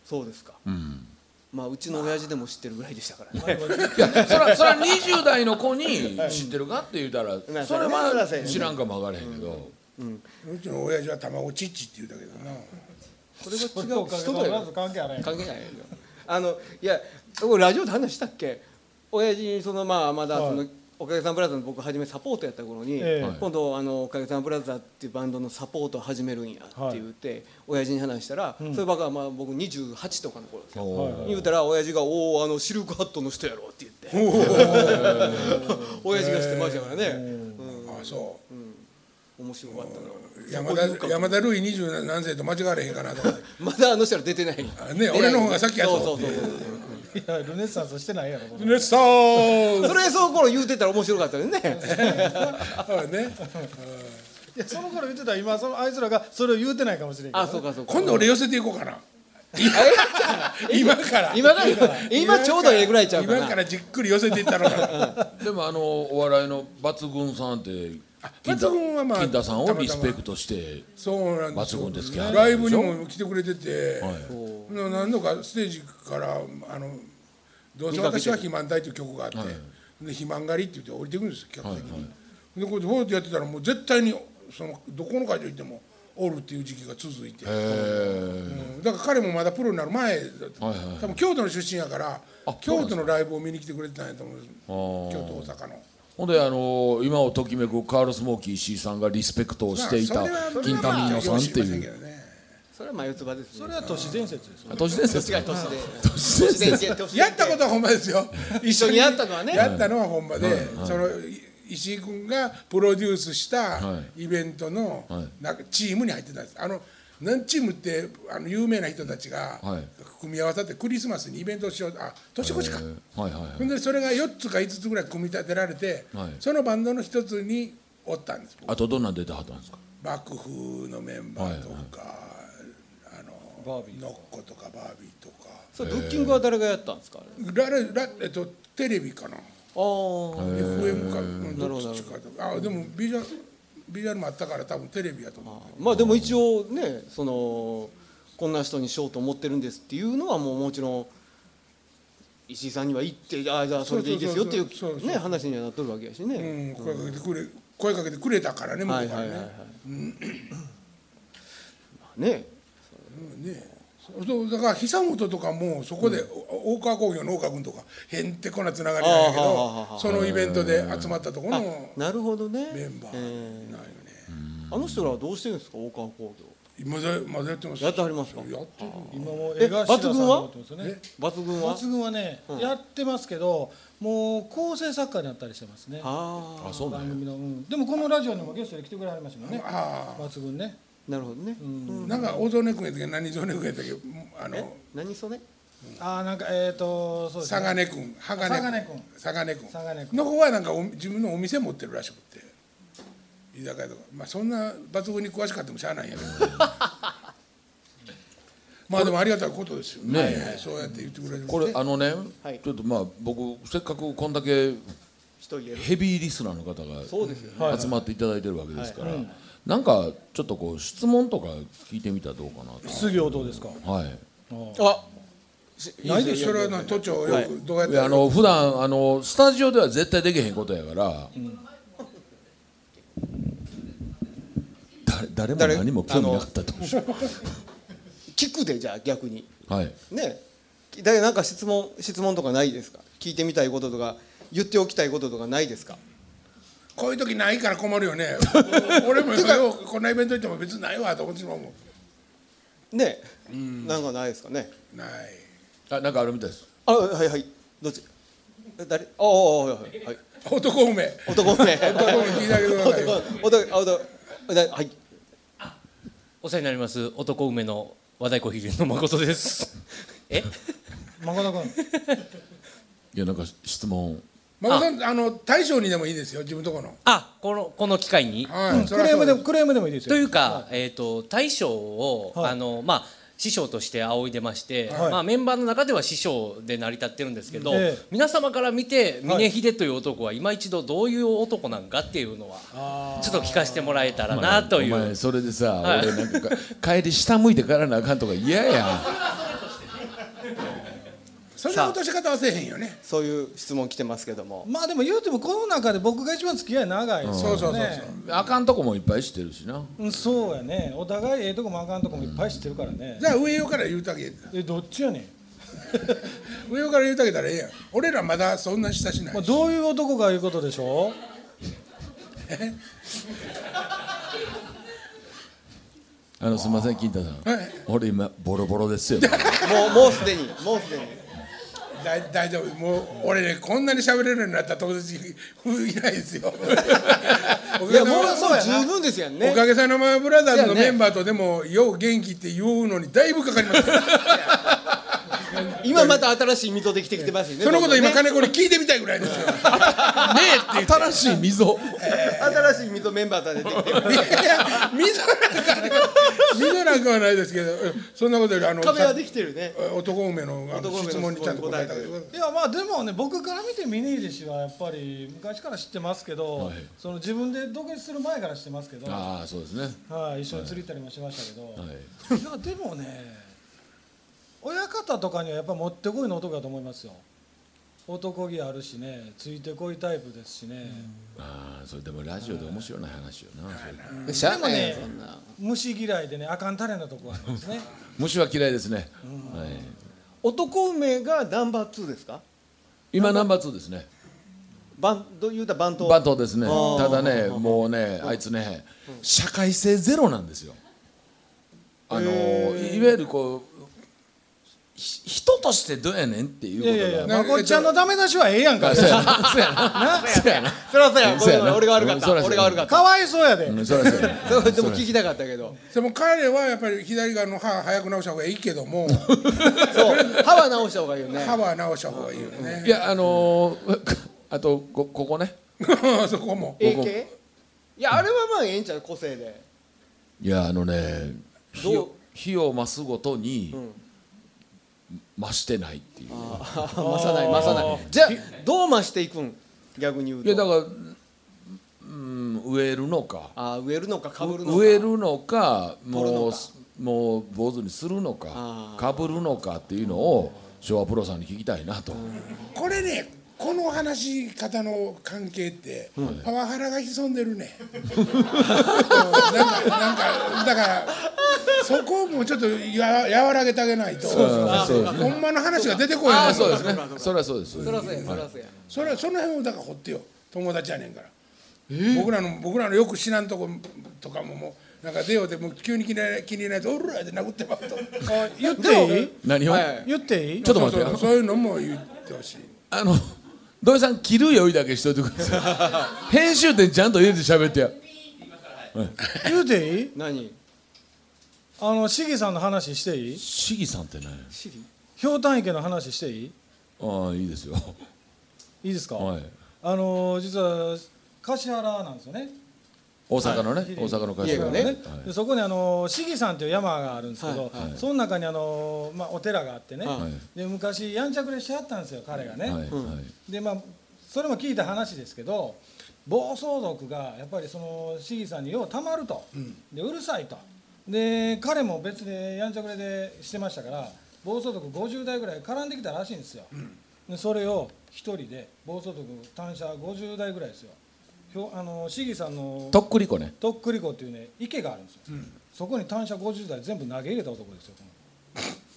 Speaker 3: そうですか
Speaker 2: うん
Speaker 3: まあうちの親父でも知ってるぐらいでしたからね
Speaker 2: いやそらそら20代の子に知ってるかって言うたら、
Speaker 3: ん
Speaker 2: それ
Speaker 3: そらそう
Speaker 2: は
Speaker 3: やね
Speaker 2: 知らんかも分からへんけど、
Speaker 1: うちの親父は卵チッチって言うたけどな。
Speaker 3: これは違
Speaker 4: それとお
Speaker 3: う
Speaker 4: かげさ
Speaker 3: 人
Speaker 4: ま
Speaker 3: だ
Speaker 4: ブラ
Speaker 3: よ
Speaker 4: ザーズ関係あらへん
Speaker 3: 関係ないよあのいや俺ラジオで話したっけ親父にそのまあまだその、
Speaker 4: はい
Speaker 3: おかげさんブラザーズの僕初めサポートやった頃に、
Speaker 4: ええ
Speaker 3: 今度あのおかげさんブラザーズっていうバンドのサポートを始めるんやって言って、親父に話したら、そればっかまあ僕28とかの頃ですよ
Speaker 2: お
Speaker 3: 言うたら親父が「おおあのシルクハットの人やろ」って言って 親父がしてましたからね、うん
Speaker 1: ああ、そう。
Speaker 3: 面白かったな
Speaker 1: 山田山田ルイ二十何世と間違われへんかなとか。
Speaker 3: まだあの人ら出てない
Speaker 1: あね俺の方が先やと
Speaker 3: そう
Speaker 1: 思
Speaker 3: そ
Speaker 1: っ
Speaker 3: う
Speaker 1: て
Speaker 3: そうそう
Speaker 4: いやルネッサンスしてないやろそんな
Speaker 1: レッサー
Speaker 3: それそう頃言うてたら面白かったよね
Speaker 1: そうね。
Speaker 4: いやその頃言ってたら今そのあいつらがそれを言うてないかもしれんけど
Speaker 3: あそうかそうか
Speaker 1: 今度俺寄せていこうか な。今から。
Speaker 3: 今が今ちょうどええぐらいちゃうかな
Speaker 1: 今からじっくり寄せていったのかな。
Speaker 2: でもあのお笑いの抜群さんって金田
Speaker 1: 抜群はまあ
Speaker 2: 金田さん
Speaker 1: たま
Speaker 2: を
Speaker 1: たま
Speaker 2: リスペクトして
Speaker 1: そうなんです
Speaker 2: 抜群ですけど
Speaker 1: ライブにも来てくれてて、
Speaker 2: はい
Speaker 1: な何度かステージから「あのどうせ私は肥満体」という曲があって「で肥満狩り」って言って降りてくるんです客席に。でこうやってフォーってやってたらもう絶対にそのどこの会場行ってもおるっていう時期が続いて、うんだから彼もまだプロになる前だった、
Speaker 2: はいはい
Speaker 1: 多分京都の出身やから京都のライブを見に来てくれてたんやと思うんです
Speaker 2: ー
Speaker 1: 京都大阪の。
Speaker 2: ほんであの今をときめくカール・スモーキー C さんがリスペクトをしていた金田美代さんっていう
Speaker 3: それは眉唾です
Speaker 4: そ
Speaker 3: ね
Speaker 4: れは都市伝説ですよ
Speaker 2: 都市伝説
Speaker 3: 違う年で
Speaker 2: 都市伝説
Speaker 1: やったことはほんまですよ一
Speaker 3: 緒にやったのはね
Speaker 1: やったのはほんまで、そのい石井君がプロデュースした
Speaker 2: は
Speaker 1: イベントの
Speaker 2: はい
Speaker 1: なんかチームに入ってたんですあの何チームってあの有名な人たちが
Speaker 2: はい
Speaker 1: 組み合わさってクリスマスにイベントをしようあ年越しか、
Speaker 2: はいはいは
Speaker 1: ほん
Speaker 2: い
Speaker 1: でそれが4つか5つぐらい組み立てられて、
Speaker 2: はい
Speaker 1: そのバンドの一つにおったんです
Speaker 2: あとどんなん出てはったんですか
Speaker 1: 幕府のメンバーとか、あの
Speaker 4: バービー
Speaker 1: ノッコとかバービーとか
Speaker 3: それブッキングは誰がやったんですかあれ
Speaker 1: ラララ、えっと、テレビかな
Speaker 3: あー
Speaker 1: FM かうん
Speaker 3: なる
Speaker 1: ど
Speaker 3: ほど
Speaker 1: っちかとかあでもビジュアルビジュアルもあったから多分テレビやと思
Speaker 3: まあでも一応ねそのこんな人にしようと思ってるんですっていうのはもうもちろん石井さんには言ってああじゃあそれでいいですよってい
Speaker 1: そうそうそう
Speaker 3: う
Speaker 1: そう
Speaker 3: ね話にはなっとるわけやしね、
Speaker 1: う、うん、声かけてくれ声かけてくれたからね向こ
Speaker 3: は
Speaker 1: う
Speaker 3: い
Speaker 1: か
Speaker 3: は
Speaker 1: ら
Speaker 3: いはいはい
Speaker 1: ね、
Speaker 3: まあね
Speaker 1: うんねそうだから久本とかもそこで、お大川工業の大川君とかへんてこなつながりなんやけ
Speaker 3: あーはあはあは
Speaker 1: ど
Speaker 3: あ
Speaker 1: そのイベントで集まったところの
Speaker 3: なるほどね
Speaker 1: メンバー
Speaker 3: え
Speaker 1: なんよね、
Speaker 3: ーあの人らはどうしてるんですか大川工業
Speaker 1: まだまだやってます
Speaker 3: やってはりますか
Speaker 1: やってる
Speaker 4: 今もう映画
Speaker 3: え抜群は
Speaker 4: シラさんがやってますよね
Speaker 3: 抜群は
Speaker 4: 抜群はね、やってますけどもう構成作家になったりしてますね
Speaker 3: ああ
Speaker 2: あそうなん
Speaker 4: 番
Speaker 2: や
Speaker 4: 組の、うん、でもこのラジオにもゲストで来てくれはりましたもんね
Speaker 1: あ
Speaker 4: 抜群ね
Speaker 3: なるほどね、
Speaker 1: あなんか大曽根君やったっけ何曽根君やったっけあの
Speaker 3: 何それ
Speaker 4: ああなんかえっ、ー、とそうです
Speaker 1: 佐
Speaker 4: ね
Speaker 1: 賀根君、鋼君、佐賀根君
Speaker 4: 佐賀根君
Speaker 1: の方はなんかお自分のお店持ってるらしくって居酒屋とかまあそんな抜群に詳しかったもしゃあないんやけどまあでもありがたいことですよ
Speaker 2: ねえ
Speaker 1: はいはいそうやって言ってくれるんです
Speaker 2: これあのね、
Speaker 3: はい
Speaker 2: ちょっとまあ僕せっかくこんだけ
Speaker 3: 一人で
Speaker 2: ヘビーリスナーの方が
Speaker 3: そうですよね
Speaker 2: 集まっていただいてるわけですから、なんかちょっとこう質問とか聞いてみたらどうかなと。
Speaker 4: 質業どうですか
Speaker 2: はい
Speaker 3: あ
Speaker 1: ないでそれはな都庁よくどうやっ
Speaker 2: い
Speaker 1: て
Speaker 2: や
Speaker 1: や
Speaker 2: あ
Speaker 1: るの
Speaker 2: の普段あのスタジオでは絶対できへんことやから、だ誰
Speaker 3: 誰
Speaker 2: も何も興味なかったと思う
Speaker 3: 聞くでじゃあ逆に
Speaker 2: はい
Speaker 3: ねだけどなんか質問質問とかないですか聞いてみたいこととか言っておきたいこととかないですか
Speaker 1: こういう時ないから困るよね俺もようこんなイベント行っても別にないわと思ってしまうも
Speaker 3: ねなんかないですかね
Speaker 1: んない
Speaker 2: あなんかあるみたいです
Speaker 3: あはいはいどっち誰ああはいはいはい
Speaker 1: 男梅
Speaker 3: 男ね
Speaker 1: 男梅聞いてあげてくださいよ
Speaker 3: 男男男だはい
Speaker 5: お世話になります男梅の和太鼓ヒゲの誠です え
Speaker 4: 誠君
Speaker 2: いやなんか質問
Speaker 1: まあ、さんあの大将にでもいいですよ自分とこの
Speaker 5: あこのこの機会に
Speaker 1: はいそ
Speaker 4: ク
Speaker 1: りゃ
Speaker 4: レー
Speaker 1: そうで
Speaker 4: ムですもクレームでもいいですよ
Speaker 5: というか、えー、と大将を、
Speaker 4: はい
Speaker 5: あのまあ、師匠として仰いでまして、
Speaker 4: はい
Speaker 5: まあ、メンバーの中では師匠で成り立ってるんですけど、
Speaker 4: ええ
Speaker 5: 皆様から見て
Speaker 4: はい
Speaker 5: 峰秀という男は今一度どういう男なんかっていうのはちょっと聞かせてもらえたらなとい
Speaker 2: お
Speaker 5: う
Speaker 2: 前それでさ、
Speaker 5: はい
Speaker 2: 俺なんかか帰り下向いて帰らなあかんとか嫌や
Speaker 1: そんな落とし方はせえへんよね
Speaker 3: そういう質問来てますけども
Speaker 4: まあでも言うてもこの中で僕が一番付き合い長いです
Speaker 1: そ
Speaker 4: よ
Speaker 1: うそうそうそう
Speaker 4: ね
Speaker 2: あかんとこもいっぱい知ってるしな
Speaker 4: うんそうやねお互いええとこもあかんとこもいっぱい知ってるからね
Speaker 1: じゃあ上よから言うたげ
Speaker 4: えどっちやねん
Speaker 1: 上よから言うたげたらええやん俺らまだそんな親しない
Speaker 4: まあ、どういう男かいうことでしょ
Speaker 2: あのすみません金太さん、
Speaker 1: はい
Speaker 2: 俺今ボロボロですよ
Speaker 3: もうもうすでにもうすでに
Speaker 1: だ大丈夫もう俺ねこんなに喋れるようになった友達いないですよ
Speaker 3: いやもう
Speaker 1: お
Speaker 3: そう十分ですやんね
Speaker 1: かげさまでブラザーズの
Speaker 2: そう
Speaker 1: メ
Speaker 2: やね
Speaker 1: ンバーとでも、よう元気って言うのにだいぶかかります
Speaker 3: 今また新しい溝できてきてますよね
Speaker 1: そのこと今
Speaker 3: どんどん
Speaker 1: 金
Speaker 3: ね
Speaker 1: 子に聞いてみたいぐらいですよねえって言って
Speaker 2: 新しい溝
Speaker 3: 新しい溝メンバーが出てきて
Speaker 1: いや溝なんかね溝なんかはないですけどうんそんなことよりあの
Speaker 3: 壁は
Speaker 1: さ
Speaker 3: できてるね
Speaker 1: 男梅のあ
Speaker 3: 男梅
Speaker 1: の
Speaker 3: の
Speaker 1: 質問にちゃんと答えてあげてくださいう
Speaker 4: いやまあでもね僕から見て峰秀氏はやっぱり昔から知ってますけど、
Speaker 2: はい
Speaker 4: その自分で独立する前から知ってますけど、は
Speaker 2: ああそうですね
Speaker 4: い、一緒に釣り行ったりもしましたけど、
Speaker 2: はい
Speaker 4: い、やでもね親方とかにはやっぱもってこいの男だと思いますよ男気あるしねついてこいタイプですしね、
Speaker 2: ああそれでもラジオで面白いない話よなそれ
Speaker 3: しゃあ
Speaker 4: ないやん
Speaker 3: そ
Speaker 4: そ
Speaker 3: んな
Speaker 4: 虫嫌いでねあかんたれなとこありますね
Speaker 2: 虫は嫌いですね、はい、
Speaker 3: 男梅がナンバー2ですか
Speaker 2: 今ナンバー2ですね
Speaker 3: バンどう言うたらバント
Speaker 2: バントですね
Speaker 3: あー
Speaker 2: ただねもうねあいつね社会性ゼロなんですよあのいわゆるこうひ人としてどうやねんっていう
Speaker 4: い
Speaker 2: こ
Speaker 4: や
Speaker 2: と
Speaker 4: い
Speaker 2: が
Speaker 4: やいや
Speaker 1: な
Speaker 4: まこっちゃんのダメ出しはええやんか
Speaker 2: あそうや なそうやなそうやな
Speaker 3: そらそやご
Speaker 2: そう
Speaker 3: め
Speaker 2: や
Speaker 3: んごめ
Speaker 2: なん
Speaker 3: 俺が悪かっ
Speaker 2: う
Speaker 3: た
Speaker 2: んそ
Speaker 3: 俺
Speaker 2: らそう
Speaker 3: が悪
Speaker 2: や
Speaker 3: かった
Speaker 4: かわいそうやで、
Speaker 2: うんそらそうや
Speaker 3: それでも聞きたかったけど
Speaker 1: でも彼はやっぱり左側の歯早く直した方がいいけども
Speaker 3: そう歯は直した方がいいよね
Speaker 1: 歯は直した方がいいよね
Speaker 2: いやあの ー、あとこここね
Speaker 1: そこも
Speaker 3: AK? いやあれはまあええんちゃう個性で
Speaker 2: いやあのね火
Speaker 3: どう
Speaker 2: を火を増すごとに、増してないっていう
Speaker 3: 増さない増さないじゃあどう増していくん逆に言う
Speaker 2: いやだ
Speaker 3: と
Speaker 2: から、うん、植えるのか
Speaker 3: ああ植えるのかかぶるのか
Speaker 2: 植えるのか
Speaker 3: 取る
Speaker 2: も
Speaker 3: の
Speaker 2: う
Speaker 3: か
Speaker 2: もう坊主にするの
Speaker 3: あ
Speaker 2: か
Speaker 3: ー
Speaker 2: かぶるのかっていうのを昭和プロさんに聞きたいなと、
Speaker 1: これねこの話し方の関係って、パワハラが潜んでるねうんなんかなんかだからそこをもうちょっとや和らげてあげないと
Speaker 2: あーそうですね
Speaker 1: ほんまの話が出てこ
Speaker 2: あ
Speaker 1: な
Speaker 2: あ
Speaker 1: い
Speaker 2: そうですねそれはそうです
Speaker 3: そらそやそ
Speaker 2: はい
Speaker 3: らそや
Speaker 1: それはその辺をだから掘ってよ友達やねんから、僕らの僕らのよく知らんとことかももうなんか出ようでもう急に気に入らない気に入らないと「おら!」って殴ってまうと
Speaker 4: あ言っていい
Speaker 2: 何を、
Speaker 3: はい
Speaker 4: 言っていい
Speaker 2: ちょっと待って
Speaker 1: そうそうそういうのも言ってほしい
Speaker 2: あの土井さん切る酔いだけしといてくださ い編集点ちゃんと入れて喋ってや
Speaker 4: 言うていい
Speaker 3: 何
Speaker 4: あの市議さんの話していい
Speaker 2: 市議さんってね
Speaker 3: シリ
Speaker 4: ひょうたん池の話していい
Speaker 2: ああいいですよ
Speaker 4: いいですか、
Speaker 2: はい
Speaker 4: あのー実は橿原なんですよね
Speaker 2: 大阪のね、大阪の会社が
Speaker 3: 家がね
Speaker 2: はい
Speaker 4: でそこにあの市議山っていう山があるんですけど、
Speaker 2: はい
Speaker 4: その中にあの、まあ、お寺があってね、
Speaker 3: はい
Speaker 4: で昔やんちゃくれしてはったんですよ彼がね、
Speaker 2: はいはい
Speaker 4: でまあそれも聞いた話ですけど暴走族がやっぱりその市議さんにようたまると、でうるさいとで彼も別でやんちゃくれでしてましたから暴走族50代ぐらい絡んできたらしいんですよ、でそれを一人で暴走族単車50代ぐらいですよひょあの市議さんの
Speaker 2: とっくりこね
Speaker 4: とっくり湖っていうね池があるんですよ、そこに単車50台全部投げ入れた男ですよ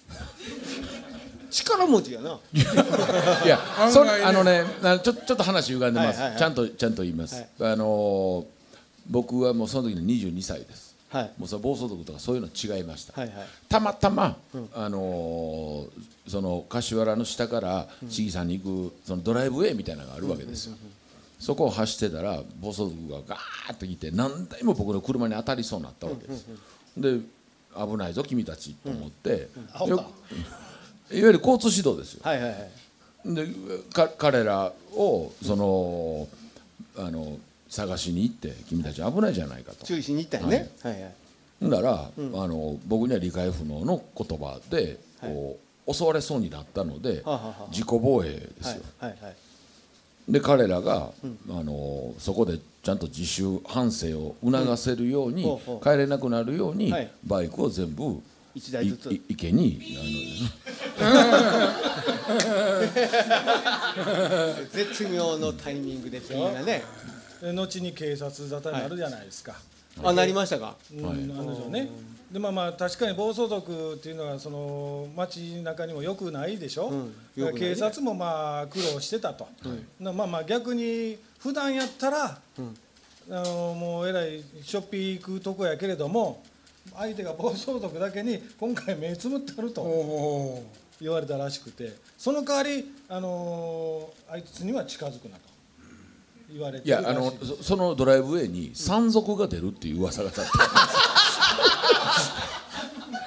Speaker 4: こ
Speaker 3: 力持ちやな。
Speaker 2: いや
Speaker 1: 案外ね
Speaker 2: それあのねあのちょちょっと話歪んでます、
Speaker 3: はいはいはい
Speaker 2: ちゃんとちゃんと言います、あのー僕はもうその時に22歳です
Speaker 3: はい。
Speaker 2: もうその暴走族とかそういうの違いました、
Speaker 3: はいはい。
Speaker 2: たまたま、あのーその柏原の下から市議さんに行くそのドライブウェイみたいなのがあるわけですよ、そこを走ってたら暴走族がガーッと来て何台も僕の車に当たりそうになったわけです、で危ないぞ君たちと思って、よくいわゆる交通指導ですよ
Speaker 3: はいはいはい。
Speaker 2: でか彼らをそのあの探しに行って君たち危ないじゃないかと
Speaker 3: 注意しに行ったんやね。はいはい。
Speaker 2: ほんなら、あの僕には理解不能の言葉で、こう襲われそうになったので、
Speaker 3: はあはあはあ
Speaker 2: 自己防衛です
Speaker 3: はい
Speaker 2: よ、
Speaker 3: はいはい。
Speaker 2: で彼らが、あのそこでちゃんと自習反省を促せるように、
Speaker 3: ほうほう
Speaker 2: 帰れなくなるように、
Speaker 3: はい
Speaker 2: バイクを全部
Speaker 3: 一台ず
Speaker 2: い
Speaker 3: つ
Speaker 2: い。池に
Speaker 3: 絶妙のタイミングでみんなね。
Speaker 4: ので後に警察沙汰になるじゃないですか、
Speaker 3: あ、なりましたか。
Speaker 4: うん
Speaker 2: はい
Speaker 4: なんでしょうねでまあまあ確かに暴走族っていうのはその街中にもよくないでしょ、
Speaker 3: うん
Speaker 4: だ
Speaker 3: 良
Speaker 4: か
Speaker 3: く
Speaker 4: ら
Speaker 3: ないね
Speaker 4: 警察もまあ苦労してたと、なまあまあ逆に普段やったら、あのもうえらいショッピー行くとこやけれども相手が暴走族だけに今回目つぶってあると。
Speaker 1: おー
Speaker 4: 言われたらしくてその代わり、あのーあいつには近づくなと言われ
Speaker 2: い
Speaker 4: てるら
Speaker 2: や
Speaker 4: しい
Speaker 2: あのそそのドライブウェイに山賊が出るっていう噂が立って、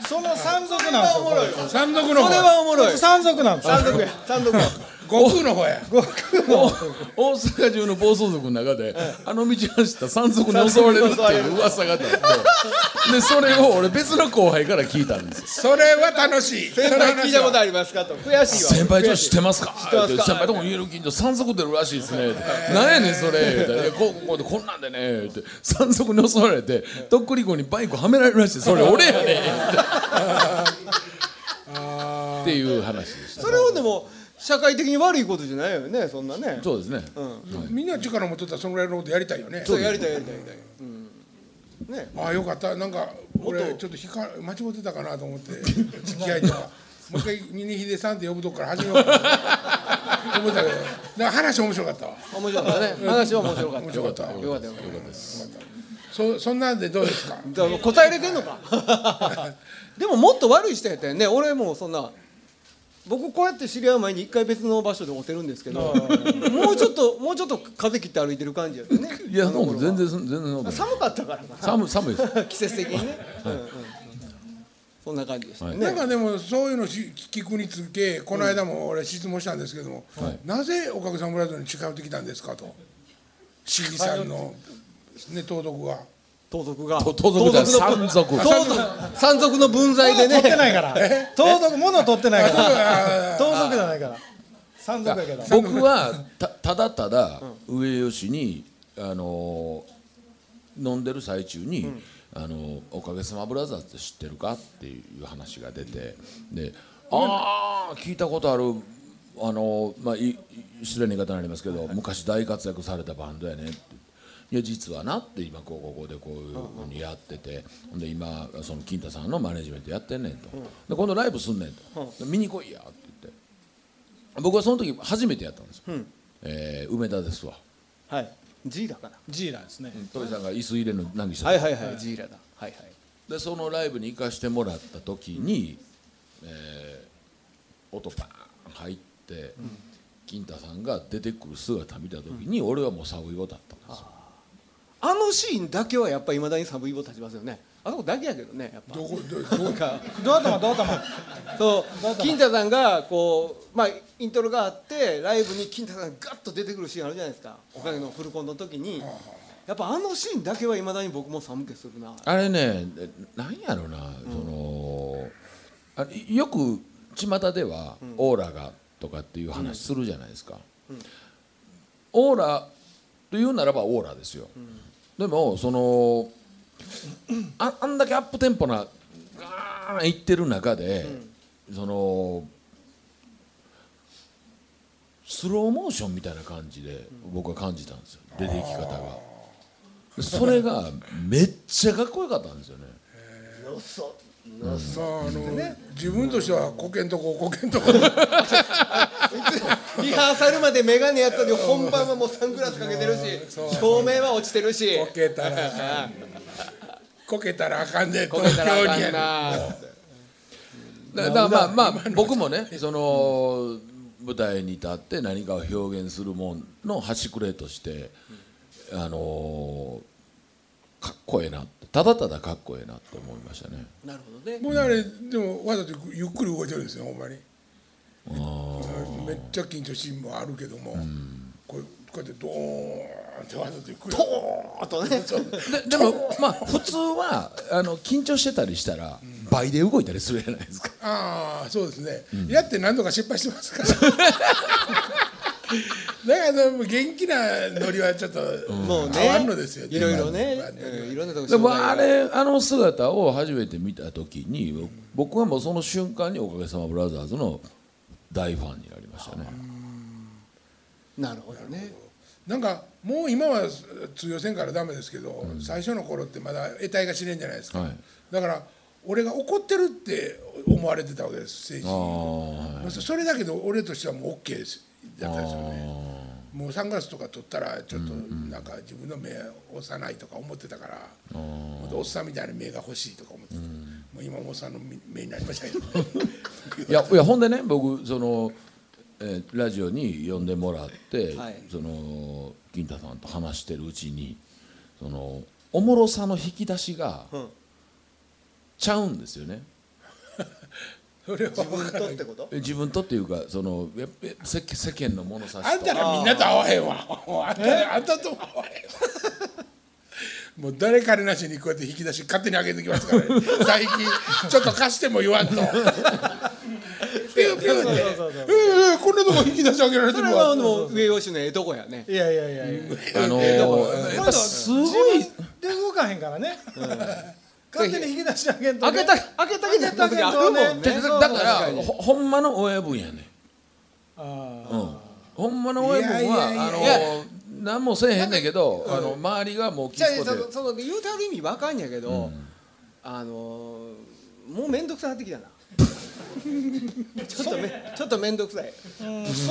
Speaker 4: その山賊なんですよこれ
Speaker 1: 山賊の
Speaker 3: そ
Speaker 1: 方
Speaker 3: れ
Speaker 1: や
Speaker 3: はおもろい。
Speaker 4: 山賊なんですよ
Speaker 3: 単独や。単 独や。
Speaker 1: 悟空の方や
Speaker 2: 大大阪中の暴走族の中で、あの道走った山賊に襲われるっていう噂があったんですよでそれを俺別の後輩から聞いたんですよ
Speaker 1: それは楽しい
Speaker 3: 先輩聞いたことありますかと。悔しいわ。
Speaker 2: 先輩ちょっと知ってますか
Speaker 3: て
Speaker 2: っ
Speaker 3: ますか
Speaker 2: て先輩とも家の近所山賊出るらしいですねってなんやねんそれ言うたらいやこうこうでこんなんでねって山賊に襲われてとっくりこにバイクはめられるらしいそれ俺やねんってっていう話でした
Speaker 3: それをでも社会的に悪いことじゃないよね。そんなね。
Speaker 2: そうですね、
Speaker 1: みんな力持ってたらそのぐらいのことやりたいよね
Speaker 3: そうやりたいやりたいやりたい。うん。ね。
Speaker 1: ああよかったなんか俺ちょっとひか間違ってたかなと思って付き合いとかもう一回峰秀さんって呼ぶとこから始めようかな思ったけどなんか話面白かったわ
Speaker 3: 面白かったね。話は面白かった。
Speaker 1: 面白かった
Speaker 3: よかったよかっ
Speaker 1: そそんなんでどうです か
Speaker 3: た。だから答えれてんのか。でももっと悪い人やったよね。俺もうそんな。僕こうやって知り合う前に一回別の場所で会うてるんですけど、もうちょっともうちょっと風切って歩いてる感じやったね。
Speaker 2: いやでも全
Speaker 3: 然
Speaker 2: 然そ全然そんなことない
Speaker 3: 寒かったからかな。
Speaker 2: 寒い寒いです
Speaker 3: 季節的にね。うんうんうんそんな感じでした
Speaker 2: はい
Speaker 3: ね。
Speaker 1: なんかでもそういうのし聞くにつけこの間も俺質問したんですけども、
Speaker 2: はい
Speaker 1: なぜおかげさんブラザーに近寄ってきたんですかと市議さんの、ね、盗賊が
Speaker 3: 盗賊が
Speaker 2: と盗賊じゃない
Speaker 3: 盗賊の
Speaker 2: 山賊
Speaker 3: 盗賊山賊の分際で
Speaker 4: 取って
Speaker 3: ね
Speaker 4: ないから盗賊物取ってないから
Speaker 1: あ
Speaker 4: 盗賊じゃないから山賊やけど
Speaker 2: 僕はたただただ上吉に、あのー飲んでる最中に「あのーおかげさまブラザーズって知ってるか?」っていう話が出てで「ああ聞いたことある」あのーまあ、いい失礼な言い方になりますけど、昔大活躍されたバンドやねっていや実はなって今こうこうこうでこういうふうにやってて、ほんで今その金太さんのマネジメントやってんねんと、で今度ライブすんねんと、で見に来いやって言って僕はその時初めてやったんですよ、えー梅田ですわ
Speaker 3: はいジーラかな
Speaker 4: ジーラですね
Speaker 2: トイさんが椅子入れの何した、
Speaker 3: はいはいはいジーラだはいはい
Speaker 2: でそのライブに行かしてもらった時に、えー音バーン入って、金太さんが出てくる姿見た時に、俺はもうサブイボだったんですよ
Speaker 3: あのシーンだけはやっぱり未だに寒い棒立ちますよねあそこだけやけどねやっぱ
Speaker 1: どこどど
Speaker 3: なんか
Speaker 4: どう頭どう頭
Speaker 3: そう金太さんがこうまあイントロがあってライブに金太さんがガッと出てくるシーンあるじゃないですかおかげのフルコンの時にやっぱあのシーンだけはいまだに僕も寒気するな
Speaker 2: あれねえなんやろな、そのあよく巷ではオーラがとかっていう話するじゃないですか、オーラというならばオーラですよ、でもそのああんだけアップテンポなガーンいってる中で、そのスローモーションみたいな感じで僕は感じたんですよ出ていき方がそれがめっちゃかっこよかったんですよね
Speaker 1: さああの、自分としてはこけんとここけんとこ
Speaker 3: リハーサルまで眼鏡やったのに本番はもうサングラスかけてるし照明は落ちてるし
Speaker 1: こけたらあかんこけたらあかんで
Speaker 3: こ
Speaker 1: 東
Speaker 3: けたらあ
Speaker 1: 京
Speaker 3: か
Speaker 1: に
Speaker 3: ん
Speaker 1: や
Speaker 3: な
Speaker 2: だだからまあまあ僕もねその舞台に立って何かを表現するもんの端くれとしてあのーかっこええなってただただかっこええなって思いましたね
Speaker 3: なるほどね
Speaker 1: もうあれでもわざとゆっくり動いてるんですよほんまにめっちゃ緊張しんもあるけども、こうこうやってドーンってわざとゆっくり
Speaker 3: あとね
Speaker 2: ででもまあ普通はあの緊張してたりしたら倍で動いたりするじゃないですか
Speaker 1: ああそうですね、やって何度か失敗してますから だからでも元気なノリはちょっと
Speaker 3: もう
Speaker 1: 変わ
Speaker 3: ね
Speaker 1: るのですよ
Speaker 3: いろいろね
Speaker 1: 今の
Speaker 3: うんいろんなとこ
Speaker 2: で
Speaker 3: 障
Speaker 2: も
Speaker 3: 害が
Speaker 2: あれあの姿を初めて見た時に僕はもうその瞬間に「おかげさまブラザーズ」の大ファンになりましたね
Speaker 3: なるほどね
Speaker 1: なんかもう今は通用せんからダメですけど、最初の頃ってまだ得体が知れんじゃないですか、
Speaker 2: はい
Speaker 1: だから俺が怒ってるって思われてたわけです政治
Speaker 2: ああ
Speaker 1: まあそれだけど俺としてはもう OK ですだったんですよねもうサングラスとか取ったらちょっとなんか自分の目をさないとか思ってたからもっとおっさんみたいな目が欲しいとか思ってた、もう今もおっさんの目になりましたけど
Speaker 2: いやいやほんでね僕その、えーラジオに呼んでもらって、
Speaker 3: はい
Speaker 2: その金太さんと話してるうちにそのおもろさの引き出しが、
Speaker 3: うん
Speaker 2: ちゃうんですよね
Speaker 1: それは分
Speaker 3: 自
Speaker 1: か
Speaker 3: 分
Speaker 1: ら
Speaker 3: と
Speaker 1: な
Speaker 3: っ
Speaker 1: い
Speaker 3: てこと
Speaker 2: え自分とっていうかそのやっぱ世間世間の物差しと
Speaker 1: あんたらみんなと会わへんわあんたらあんたとも会わへんわもう誰彼なしにこうやって引き出し勝手に上げてきますから、ね、最近ちょっと貸しても言わんとピューピューって「ええこんなとこ引き出し上げられて
Speaker 3: そ
Speaker 1: る
Speaker 3: れ
Speaker 1: わ」
Speaker 3: はもう上吉のええとこやね
Speaker 4: いやいやいやいや
Speaker 2: あのーやっぱすごい
Speaker 4: 自分で動かへんからね、勝手に引き出し上げんと、
Speaker 3: 開
Speaker 4: ね、
Speaker 3: けた開けたけど
Speaker 4: 開けたけどね
Speaker 3: あるもんね
Speaker 4: ちょっと
Speaker 2: だだか
Speaker 4: そう
Speaker 2: らほほんまの親分やね
Speaker 4: あ
Speaker 2: うんほんまの親分
Speaker 1: いやい
Speaker 2: はあ
Speaker 1: や
Speaker 2: の
Speaker 1: いや
Speaker 2: ー何もせえへんねんけど、あの周りがもうき
Speaker 3: じゃあ
Speaker 2: つこ
Speaker 3: そ
Speaker 2: で
Speaker 3: のその言うてある意味わかんやけど、あのーもう面倒くさなってきた なちょっとめちょっと面倒くさい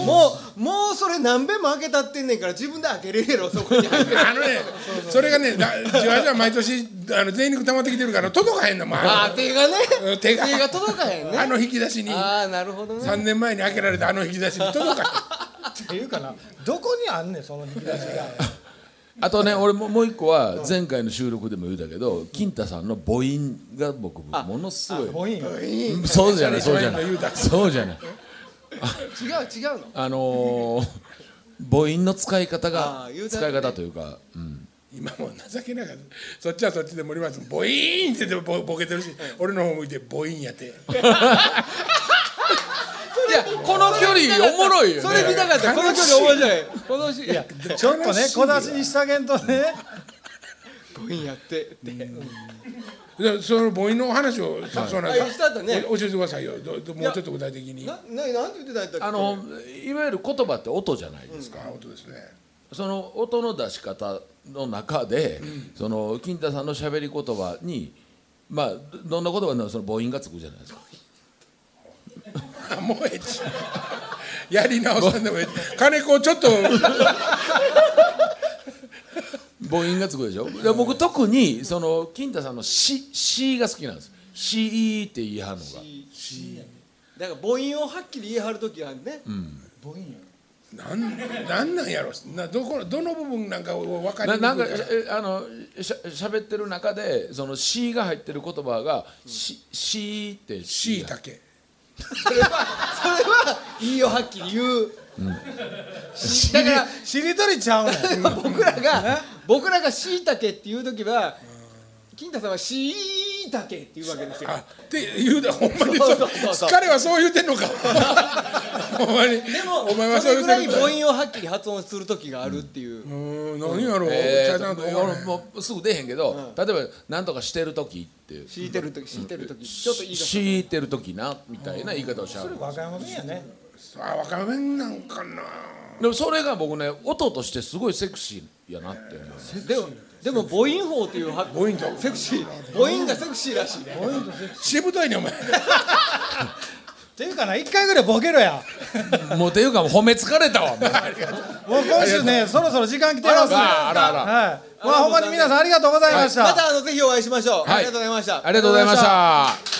Speaker 3: もうもうそれ何べんも開けたってんねんから自分で開けれるやろそこに開け て
Speaker 1: あのね、それがね、だじわじわ毎年、あの、全肉溜まってきてるから、届かへんの、もう
Speaker 3: あ
Speaker 1: あ
Speaker 3: ー手がね
Speaker 1: の、手が、
Speaker 3: 手が届かへんね
Speaker 1: あの引き出しに、
Speaker 3: ああなるほどね
Speaker 1: 三年前に開けられたあの引き出しに届か
Speaker 4: ーっていうかなどこにあんねんその引き出し が
Speaker 2: あとね俺ももう一個は前回の収録でも言うたけど金太さんの母音が僕ものすご
Speaker 4: ボイン
Speaker 2: いうんそうじゃない
Speaker 1: そ
Speaker 2: そう
Speaker 1: れ
Speaker 2: じゃない
Speaker 1: それ今言うた
Speaker 2: そうじゃない
Speaker 3: 違う違うの
Speaker 2: あのー母音の使い方が
Speaker 3: あー言うた
Speaker 2: 使い方というかうん
Speaker 1: へん。今もう情けなかった。そっちはそっちで森松、ボイーンってでもボボケてるし、俺の方向いて、ボイーンやって。
Speaker 2: いやこの距離おもろいよ
Speaker 3: それ見
Speaker 2: ね
Speaker 3: たかったこの距離面白いこのしいや
Speaker 4: ちょっとね小出しにしたげんとね
Speaker 3: ボインやってって、
Speaker 1: でそのボイーンのお話を、さそうなん
Speaker 3: あした後ね
Speaker 1: お教えてくださいよ。どどもうちょっと具体的に。
Speaker 3: なななんて言ってたんやったっけ
Speaker 2: あのいわゆる言葉って音じゃないですか、
Speaker 1: あ、音ですね。
Speaker 2: その音の出し方の中で、その金太さんの喋り言葉にまあどどんな言葉でもその母音がつくじゃないですか
Speaker 1: あもうええち。やり直さんでもええ。金子ちょっと。
Speaker 2: 母音がつくでしょで僕特にその金太さんの「し」しが好きなんです「し」って言いはるのが
Speaker 3: だから母音をはっきり言い張るときはね、
Speaker 1: なんなんなんやろなどこどの部分なんか分かり
Speaker 2: な
Speaker 1: にくい
Speaker 2: なんか
Speaker 1: から
Speaker 2: えあのしゃ喋ってる中でその「し」が入ってる言葉が「し」しって
Speaker 1: しいたけ
Speaker 3: それはそれは言いをはっきり言うだから
Speaker 4: しりとりちゃうねん
Speaker 3: 僕らが僕らがしいたけっていう時は金太さんはしいたけっていうわけですよ
Speaker 1: あって言うだほんまにそう
Speaker 3: そうそうそう
Speaker 1: 彼はそう言うてんの かほんまに
Speaker 3: でも
Speaker 1: お前は
Speaker 3: それ
Speaker 1: う
Speaker 3: ぐら
Speaker 1: 言う
Speaker 3: い
Speaker 1: てん
Speaker 3: 母
Speaker 1: のか
Speaker 3: 音をはっきり発音する時があるっていう、
Speaker 1: うーん何やろう、
Speaker 2: え
Speaker 1: ちゃ
Speaker 2: ー
Speaker 1: うなんか
Speaker 2: と俺もうすぐ出へんけど、例えば何とかしてる時って
Speaker 3: 敷いてる時敷いてる時ちょっといいかも
Speaker 2: 敷いてる時なみたいな言い方をしちゃう
Speaker 4: 和歌山弁やね
Speaker 1: あ若めんなんかな
Speaker 2: でもそれが僕ね音としてすごいセクシーやなって思う
Speaker 3: でもでも母音法っていうは
Speaker 1: ボインと
Speaker 3: セクシー母音がセクシーらしいね
Speaker 1: しぶといねお前
Speaker 4: っていうかな一回ぐらいボケろや
Speaker 2: もうっていうかもう褒め疲れたわもう
Speaker 4: もう今週ねそろそろ時間来てますね
Speaker 2: あらあらあら
Speaker 4: はいまあほんまに皆さんありがとうございました、
Speaker 3: またあのぜひお会いしましょう、
Speaker 2: はい
Speaker 3: ありがとうございました
Speaker 2: ありがとうございました